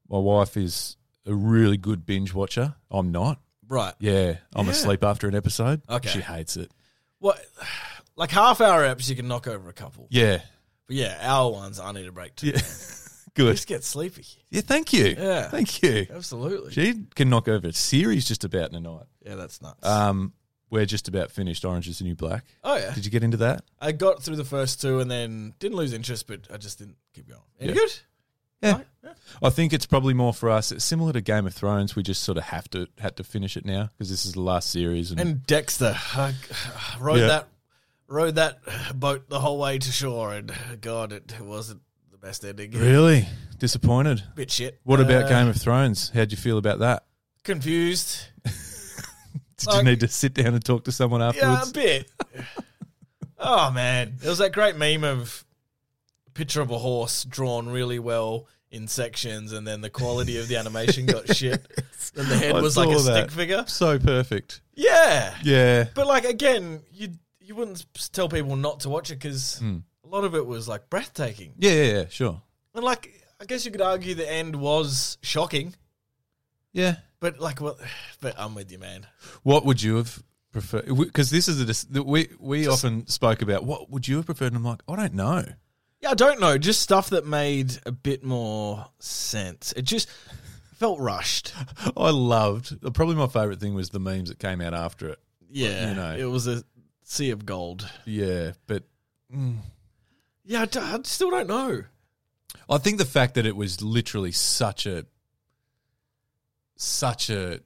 my wife is a really good binge watcher. I'm not. Right. Yeah, I'm Yeah. asleep after an episode. Okay. she hates it. What like half hour apps you can knock over a couple. Yeah, But yeah, hour ones I need a break too. Yeah. good. Just get sleepy. Yeah, thank you. Yeah. thank you. Absolutely. She can knock over a series just about in a night. Yeah, that's nuts. Um, we're just about finished. Orange is the new black. oh yeah. Did you get into that? I got through the first two and then didn't lose interest, but I just didn't keep going. Any Yeah. good? Yeah. Right? Yeah. I think it's probably more for us. It's similar to Game of Thrones. We just sort of have to had to finish it now because this is the last series. And, And Dexter I rode Yeah. that rode that boat the whole way to shore and God it wasn't the best ending. really disappointed. Bit shit. What about Uh, Game of Thrones? How'd you feel about that? confused. Did you Like- need to sit down and talk to someone Yeah, a afterwards? bit. oh man, it was that great meme of picture of a horse drawn really well in sections, and then the quality of the animation got shit. And the head I was like a saw that. stick figure. so perfect. Yeah, Yeah. but like again, you you wouldn't s- tell people not to watch it because Hmm. a lot of it was like breathtaking. yeah, yeah, yeah, sure. And like, I guess you could argue the end was shocking, Yeah. but like, what? But I'm with you, man. What would you have preferred? Because this is a dis- that we we often spoke about. What would you have preferred? And I'm like, I don't know. Yeah, I don't know. Just stuff that made a bit more sense. It just felt rushed. I loved probably my favorite thing was the memes that came out after it. Yeah, You know. it was a sea of gold. Yeah, but Yeah, I, d- I still don't know. I think the fact that it was literally such a such a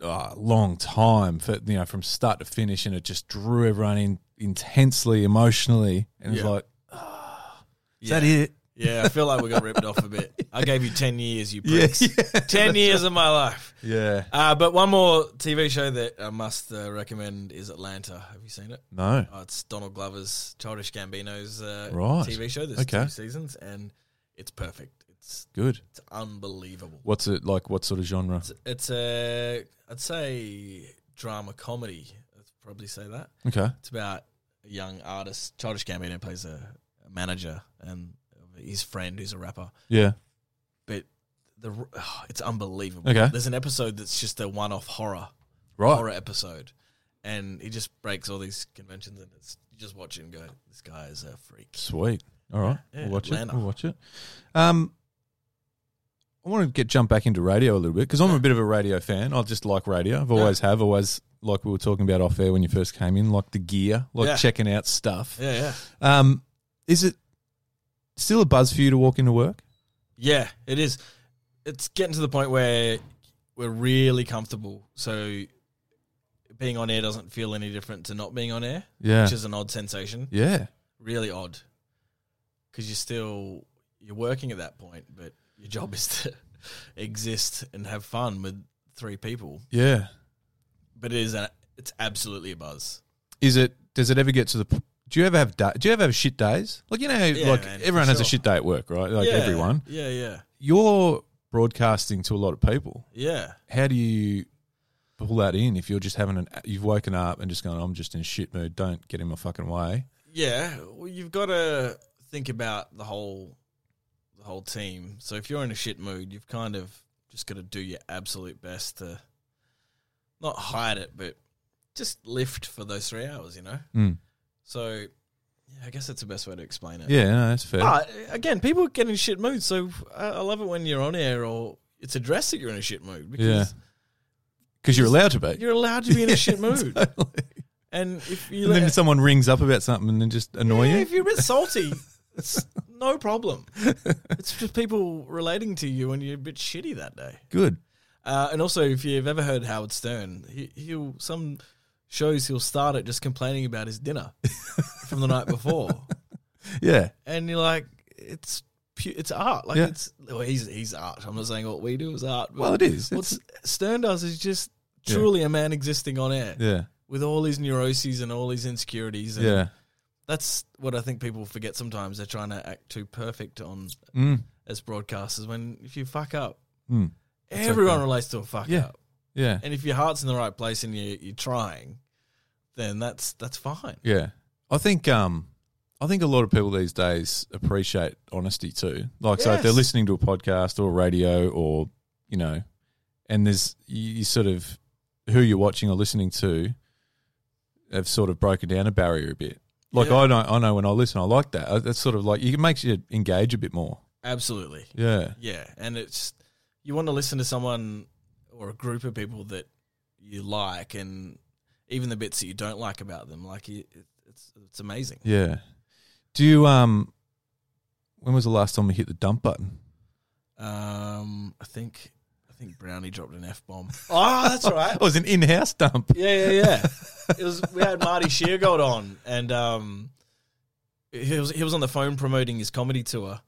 uh, long time for you know from start to finish, and it just drew everyone in intensely emotionally, and it's Yeah. like, is Yeah. that it? Yeah, I feel like we got ripped off a bit. I gave you ten years, you Yeah, pricks. yeah, Ten years of my life. yeah. Uh, but one more TV show that I must uh, recommend is Atlanta. Have you seen it? No, Oh, it's Donald Glover's Childish Gambino's uh, Right. TV show. There's Okay. two seasons, and it's perfect. It's good. it's unbelievable. What's it like? What sort of genre? It's, it's a, I'd say drama comedy. I'd probably say that. Okay, It's about a young artist. Childish Gambino plays a, a manager and his friend who's a rapper. yeah, But the r- oh, it's unbelievable. Okay. There's an episode that's just a one-off horror right. horror episode, and he just breaks all these conventions, and it's you just watch it and go, this guy is a freak. Sweet. All right, Yeah, we'll watch Atlanta. it. We'll watch it. Um, I want to get jump back into radio a little bit because I'm a bit of a radio fan. I just like radio. I've always have. Always like we were talking about off air when you first came in, like the gear, like Yeah. checking out stuff. Yeah, yeah, Um, is it still a buzz for you to walk into work? yeah. It is. It's getting to the point where we're really comfortable. So being on air doesn't feel any different to not being on air, Yeah, which is an odd sensation. yeah, Really odd, because you're still you're working at that point, but your job is to exist and have fun with three people. yeah. But it is a, it's absolutely a buzz. Is it? Does it ever get to the? p- Do you ever have da- Do you ever have shit days? Like you know, Yeah, like man, for everyone has a sure. shit day at work, right? Like Yeah. everyone. Yeah, yeah, You're broadcasting to a lot of people. yeah. how do you pull that in if you're just having an you've woken up and just going i'm just in a shit mood don't get in my fucking way Yeah, well, you've got to think about the whole the whole team. So if you're in a shit mood, you've kind of just got to do your absolute best to not hide it, but just lift for those three hours. You know. Mm. So yeah, I guess that's the best way to explain it. yeah no, that's fair But again, people get in shit moods, so I, I love it when you're on air or it's addressed that you're in a shit mood because because you're allowed to be. You're allowed to be in a shit Yeah, mood. totally. And if you And then let, if someone rings up about something and then just annoy Yeah, you. if you're a bit salty, it's no problem. It's just people relating to you and you're a bit shitty that day. Good. Uh, and also, if you've ever heard Howard Stern, he, he'll some shows he'll start it just complaining about his dinner from the night before, Yeah. and you're like, it's pu- it's art. Like Yeah. it's well, he's he's art. I'm not saying what we do is art. But Well, it is. what It's- Stern does is just Yeah. truly a man existing on air yeah. with all his neuroses and all his insecurities. And Yeah. that's what I think people forget sometimes. They're trying to act too perfect on Mm. as broadcasters. When if you fuck up, Mm. everyone okay. relates to a fuck Yeah. up. Yeah. and if your heart's in the right place and you, you're trying, then that's that's fine. Yeah. I think um I think a lot of people these days appreciate honesty too. Like so if they're Yes. listening to a podcast or radio or you know and there's you, you sort of who you're watching or listening to have sort of broken down a barrier a bit. Like Yeah. I know I know when I listen I like that. I- That's sort of like it makes you engage a bit more. Absolutely, Yeah. yeah. And it's you want to listen to someone or a group of people that you like, and even the bits that you don't like about them, like you, it, it's it's amazing. Yeah. Do you um when was the last time we hit the dump button? Um, I think I think Brownie dropped an f bomb. oh, that's all right. It was an in-house dump. Yeah, yeah, yeah. it was we had Marty Sheargold on, and um, he was he was on the phone promoting his comedy tour,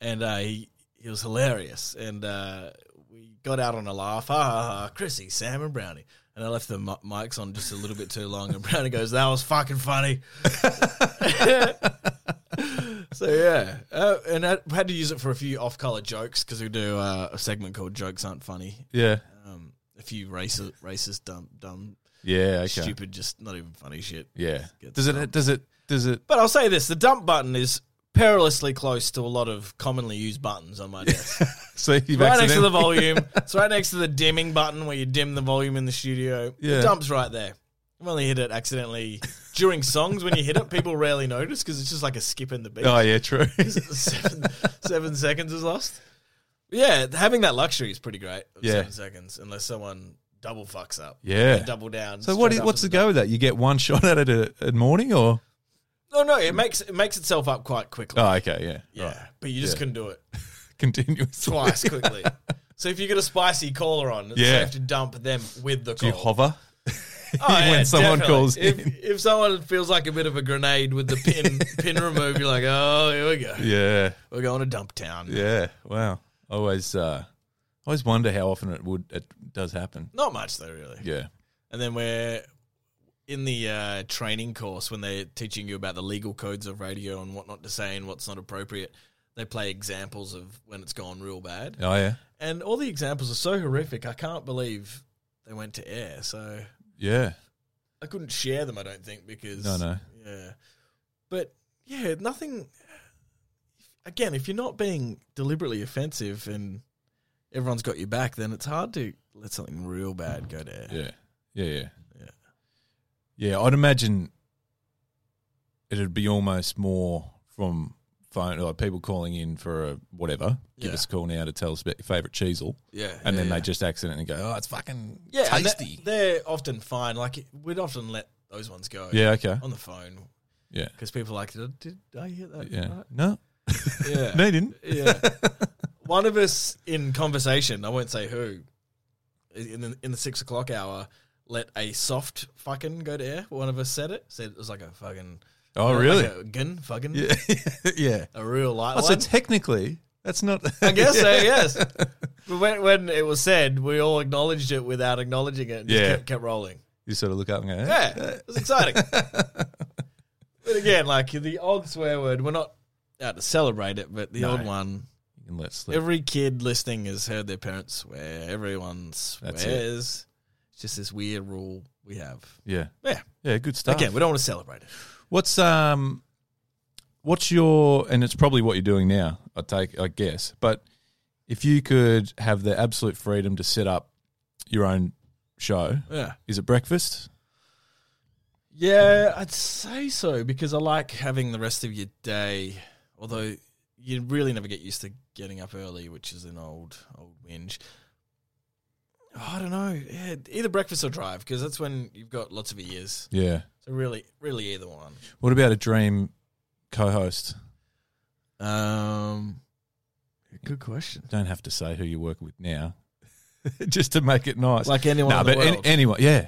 and uh, he he was hilarious, and uh, we got out on a laugh. Ha ha ha! Chrissy, Sam, and Brownie. And I left the mi- mics on just a little bit too long, and Brownie goes, "That was fucking funny." so yeah, uh, and I had to use it for a few off-color jokes because we do uh, a segment called "Jokes Aren't Funny." Yeah. Um, a few racist, racist, dumb, dumb Yeah, okay. stupid, just not even funny shit. Yeah. Gets Does it? Does it? Does it? But I'll say this: the dump button is perilously close to a lot of commonly used buttons on my desk. So you've right next to the accidentally- volume. It's right next to the dimming button where you dim the volume in the studio. Yeah. The dump's right there. I've only hit it accidentally during songs. When you hit it, people rarely notice because it's just like a skip in the beat. Oh yeah, true. seven, seven seconds is lost. Yeah, having that luxury is pretty great. of Yeah. Seven seconds, unless someone double fucks up. Yeah. Double down. So what? straight Is, up what's to the go with that? You get one shot at it a, at morning, or No, no, it makes it makes itself up quite quickly. oh, okay, yeah, yeah, right. but you just Yeah. couldn't do it continuously. twice quickly. so if you get a spicy caller on, it's Yeah. safe to dump them with the Do call. you hover? Oh, when someone calls if, in? if someone feels like a bit of a grenade with the pin pin removed, you're like, oh, here we go, Yeah, we're going to dump town. yeah. Wow. I Always, uh, I always wonder how often it would it does happen. Not much though, really. Yeah. And then we're in the uh, training course when they're teaching you about the legal codes of radio and what not to say and what's not appropriate. They play examples of when it's gone real bad. Oh yeah. And all the examples are so horrific. I can't believe they went to air. So Yeah. I couldn't share them. I don't think because No, no. yeah. But yeah, nothing. Again, if you're not being deliberately offensive and everyone's got your back, then it's hard to let something real bad go to air. Yeah. Yeah. Yeah. Yeah. Yeah. I'd imagine it'd be almost more from phone, like people calling in for a whatever. Give Yeah. us a call now to tell us about your favorite cheesel. yeah. And yeah, then yeah. they just accidentally go, oh, it's fucking yeah, and tasty. They're, they're often fine. Like we'd often let those ones go. yeah. Okay. on the phone Yeah. because people are like did, did I hear that? Yeah. right?" No. Yeah. No, you didn't. Yeah. One of us in conversation, I won't say who, in the, in the six o'clock hour, let a soft fucking go to air. One of us said it. Said it was like a fucking. Oh, like really? a gun, fucking. Yeah. yeah. A real light Oh, one. so technically, that's not. I guess so, yes. But when, when it was said, we all acknowledged it without acknowledging it and just Yeah. kept, kept rolling. You sort of look up and go, eh? Yeah, it was exciting. but again, like the odd swear word, we're not out to celebrate it, but the No. odd one, You can let slip. Every kid listening has heard their parents swear. Everyone That's swears. it. It's just this weird rule we have. yeah. Yeah. Yeah. Good stuff. Again, we don't want to celebrate it. What's um, what's your and it's probably what you're doing now. I take, I guess, but if you could have the absolute freedom to set up your own show, Yeah. is it breakfast? Yeah, I'd say so because I like having the rest of your day. Although you really never get used to getting up early, which is an old old whinge. Oh, I don't know. Yeah, either breakfast or drive because that's when you've got lots of years. Yeah. So really, really either one. What about a dream co-host? Um, good question. Don't have to say who you work with now, just to make it nice. Like anyone Nah, in the but an- world. anyway, yeah.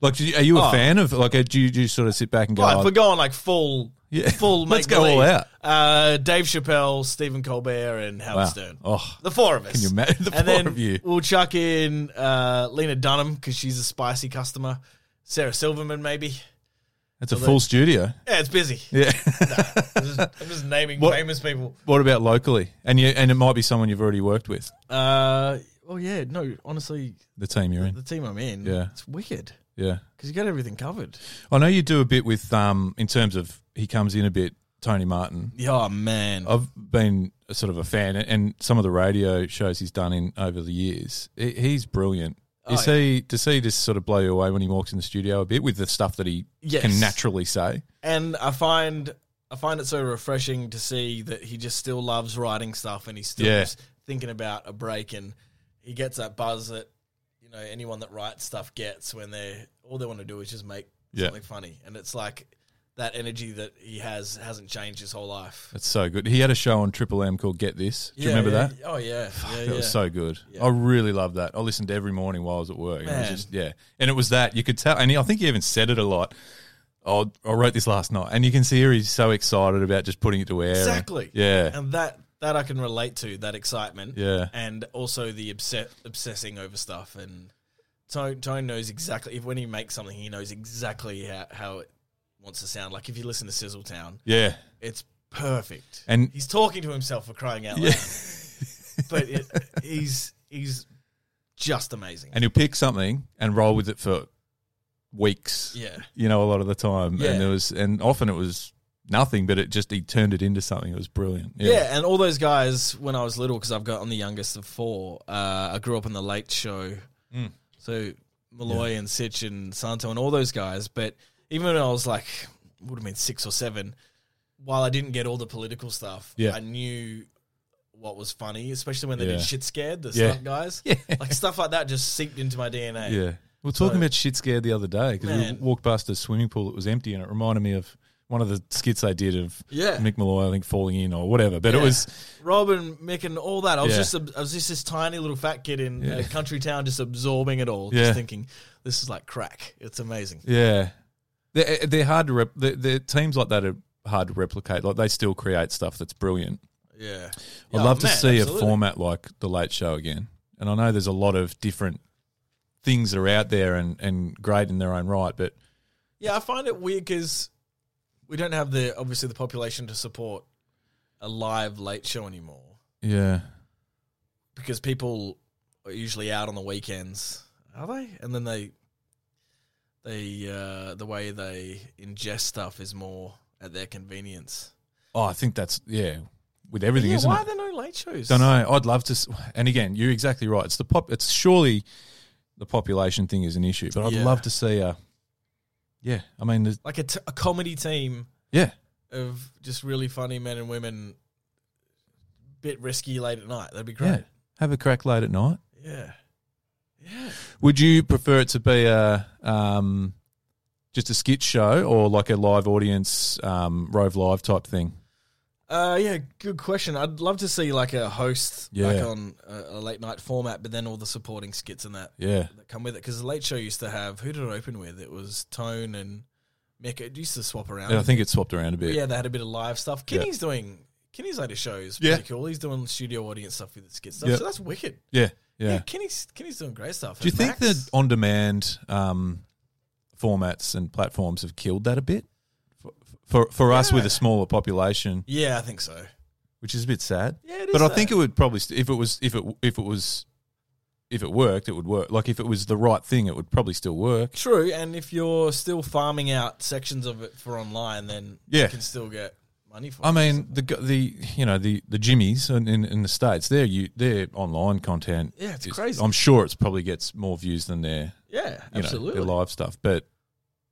Like, do you, are you a Oh. fan of like? uh, Do you, do you sort of sit back and go? Right, "Oh, if we're going like full, yeah, full. Let's make go all believe, out. Uh, Dave Chappelle, Stephen Colbert, and Howard Wow. Stern. Oh, The four of us. can you imagine the and four then of you? we'll chuck in uh, Lena Dunham because she's a spicy customer. Sarah Silverman, maybe. That's a full studio. Yeah, it's busy. Yeah. I'm, just, I'm just naming What- famous people. what about locally? And you and it might be someone you've already worked with. Uh, oh yeah, no, honestly, The team you're in. the team I'm in, Yeah. it's wicked Yeah. because you got everything covered. I know you do a bit with um in terms of he comes in a bit Tony Martin. Yeah, oh, man. I've been a sort of a fan, and- and some of the radio shows he's done in over the years. He- He's brilliant. Oh, Is he? Does he just sort of blow you away when he walks in the studio a bit with the stuff that he Yes. can naturally say? and I find I find it so refreshing to see that he just still loves writing stuff and he's still Yeah. just thinking about a break and he gets that buzz that you know anyone that writes stuff gets when they all they want to do is just make Yeah. something funny and it's like that energy that he has hasn't changed his whole life. That's so good. He had a show on Triple M called Get This. Do you remember that? Oh yeah, yeah, That yeah. was so good. Yeah. I really loved that. I listened to every morning while I was at work. and It was Man. just, yeah. And it was that. You could tell. And he- I think he even said it a lot. Oh, I wrote this last night. And you can see here he's so excited about just putting it to air. and- exactly. yeah. and that that I can relate to that excitement. Yeah. and also the obsess- obsessing over stuff. And Tone, Tone knows exactly if when he makes something, he knows exactly how, how it wants to sound. Like if you listen to Sizzletown, Yeah. it's perfect. And He's talking to himself for crying out loud, yeah. but it, he's he's just amazing. and he'll pick something and roll with it for weeks, yeah, you know, a lot of the time. Yeah. And there was, and often it was nothing, but it just, he turned it into something. It was brilliant. yeah, and all those guys when I was little, because I've got I'm the youngest of four. Uh, I grew up on the Late Show, Mm. so Malloy and Sitch and Santo and all those guys. But even when I was like, would have been six or seven, while I didn't get all the political stuff, Yeah. I knew what was funny, especially when they Yeah. did shit scared the Yeah. stunt guys. Yeah. Like stuff like that just seeped into my DNA. Yeah. We were talking So- about shit scared the other day because we Man. walked past a swimming pool that was empty and it reminded me of one of the skits they did of Yeah. Mick Malloy, I think, falling in or whatever. But it Yeah. was, Rob and Mick and all that. I was Yeah. just I was just this tiny little fat kid in Yeah. a country town, just absorbing it all, Yeah. just thinking this is like crack. It's amazing. yeah. They're, eh, they're hard to, rep, the the teams like that are hard to replicate. Like they still create stuff that's brilliant. Yeah, I'd Oh, love to man, see absolutely. a format like The Late Show again. And I know there's a lot of different things that are out there and, and great in their own right, but Yeah, I find it weird because we don't have the obviously the population to support a live late show anymore yeah. because people are usually out on the weekends, are they? And then they they uh, the way they ingest stuff is more at their convenience. Oh, I think that's, yeah, with everything, yeah, isn't why it? are there no late shows? Don't know. I'd love to. s- And again, you're exactly right. It's the pop. It's surely the population thing is an issue, but I'd Yeah. love to see. A, yeah, I mean, there's- Like a, t- a comedy team yeah, of just really funny men and women, bit risky late at night. That'd be yeah. great. Have a crack late at night. Yeah, yeah. Would you prefer it to be a um, just a skit show or like a live audience um, Rove Live type thing? Uh, yeah, good question. I'd love to see like a host like Yeah. on a, a late night format, but then all the supporting skits and that Yeah, that come with it. Because the late show used to have who did it open with? It was Tone and Mick. It used to swap around. and I think it's swapped around a bit. yeah, they had a bit of live stuff. Yeah. Kinney's doing Kinney's latest shows Yeah. pretty cool. He's doing studio audience stuff with the skit stuff, Yeah. so that's wicked. yeah, Yeah, yeah. Kinney's Kinney's doing great stuff. Do you And think Max- the on demand um, formats and platforms have killed that a bit? For, for, for us with Yeah. a smaller population, Yeah, I think so. which is a bit sad. Yeah, it is but I though. think it would probably st- if it was if it if it was if it worked, it would work. Like if it was the right thing, it would probably still work. true. And if you're still farming out sections of it for online, then Yeah. you can still get money for. I it. mean the g- the you know the the Jimmys in, in, in the states, their you their online content. Yeah, it's is- crazy. I'm sure it's probably gets more views than their Yeah, you know, absolutely. their live stuff, but.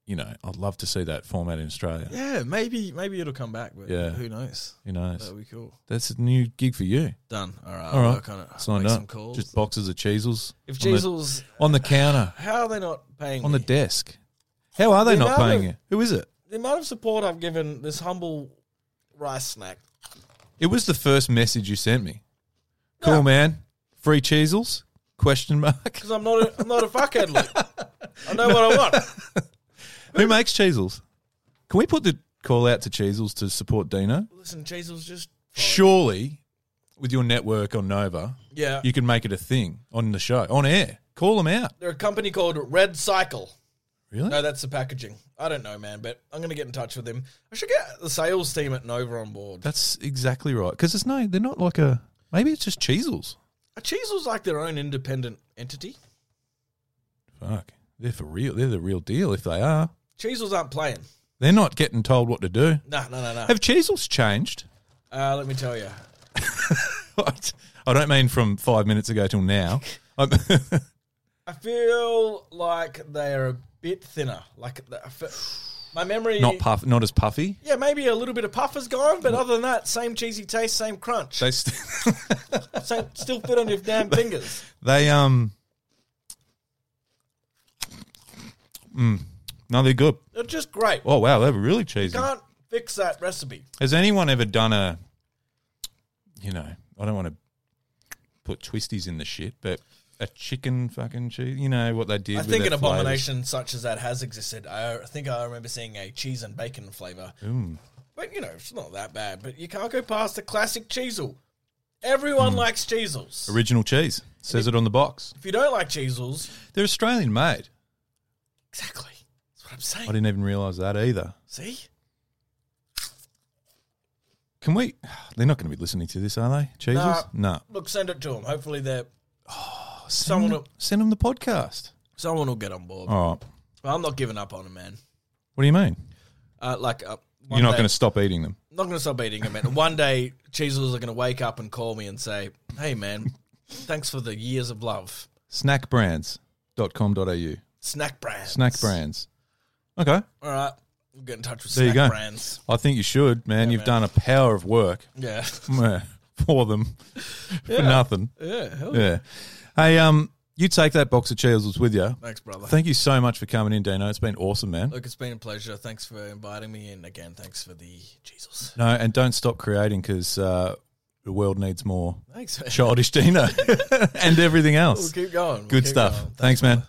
you know, I'd love to see that format in Australia. Yeah, maybe maybe it'll come back, but Yeah. who knows? Who knows? That'll be cool. That's a new gig for you. Done. All right. All I'll right. Work on it. Signed Make up. some calls. Just boxes of cheesels if on the- Jeezels, on the counter, how are they not paying on the me? desk. How are they The not amount paying of- you? Who is it? the amount of support I've given this humble rice snack. It was the first message you sent me. Cool, No. man. Free cheesels? Question mark. Because I'm not a, I'm not a fuckhead. Luke. I know what I want. Who makes cheesels? Can we put the call out to cheesels to support Dino? Listen, Jeezels just Surely, with your network on Nova, yeah. you can make it a thing on the show, on air. Call them out. They're a company called Red Cycle. Really? No, that's the packaging. I don't know, man, but I'm gonna get in touch with them. I should get the sales team at Nova on board. That's exactly right. Because it's no, they're not like a. Maybe it's just cheesels. Are Cheezels like their own independent entity? Fuck. They're for real. They're the real deal if they are. Cheezels aren't playing. They're not getting told what to do. No, no, no, no. Have cheesels changed? Uh, let me tell you. I don't mean from five minutes ago till now. I'm- I feel like they are a bit thinner. Like the- I fe- my memory. not puff, not as puffy. yeah, maybe a little bit of puff is gone, but other than that, same cheesy taste, same crunch. They st- Same, still fit on your damn fingers. they um. Mm. no, they're good. They're just great. Oh wow, they're really cheesy. Can't fix that recipe. Has anyone ever done a, you know, I don't want to put twisties in the shit, but a chicken fucking cheese. You know what they did? I with think their an flavours? abomination such as that has existed. I think I remember seeing a cheese and bacon flavor. Mm. But you know, it's not that bad. But you can't go past the classic cheesel. Hmm. Everyone likes cheesels. Original cheese says it on the box. If you don't like cheesels, They're Australian made. exactly. That's what I'm I saying. didn't even realise that either. See? Can we? They're not going to be listening to this, are they? Cheezels? No. Look, send it to them. Hopefully, they Oh, Send, Someone them, send them the podcast. someone will get on board. All right. But I'm not giving up on them, man. What do you mean? Uh, like, uh, You're not going to stop eating them. not going to stop eating them, man. One day, cheesels are going to wake up and call me and say, "Hey, man, thanks for the years of love." Snackbrands.com.au. Snack brands. Snack brands. Okay. All right. We'll get in touch with There you snack go. brands. I think you should, man. You've done a power of work Yeah. meh, for them for nothing. Yeah. Hell Yeah. Hey, um, you take that box of cheesels with you. Thanks, brother. Thank you so much for coming in, Dino. It's been awesome, man. Look, it's been a pleasure. Thanks for inviting me in again. Thanks for the Jesus. No, and don't stop creating because uh, the world needs more Thanks. man. childish Dino and everything We'll else. keep going. We'll Good keep stuff. going. Thanks, man.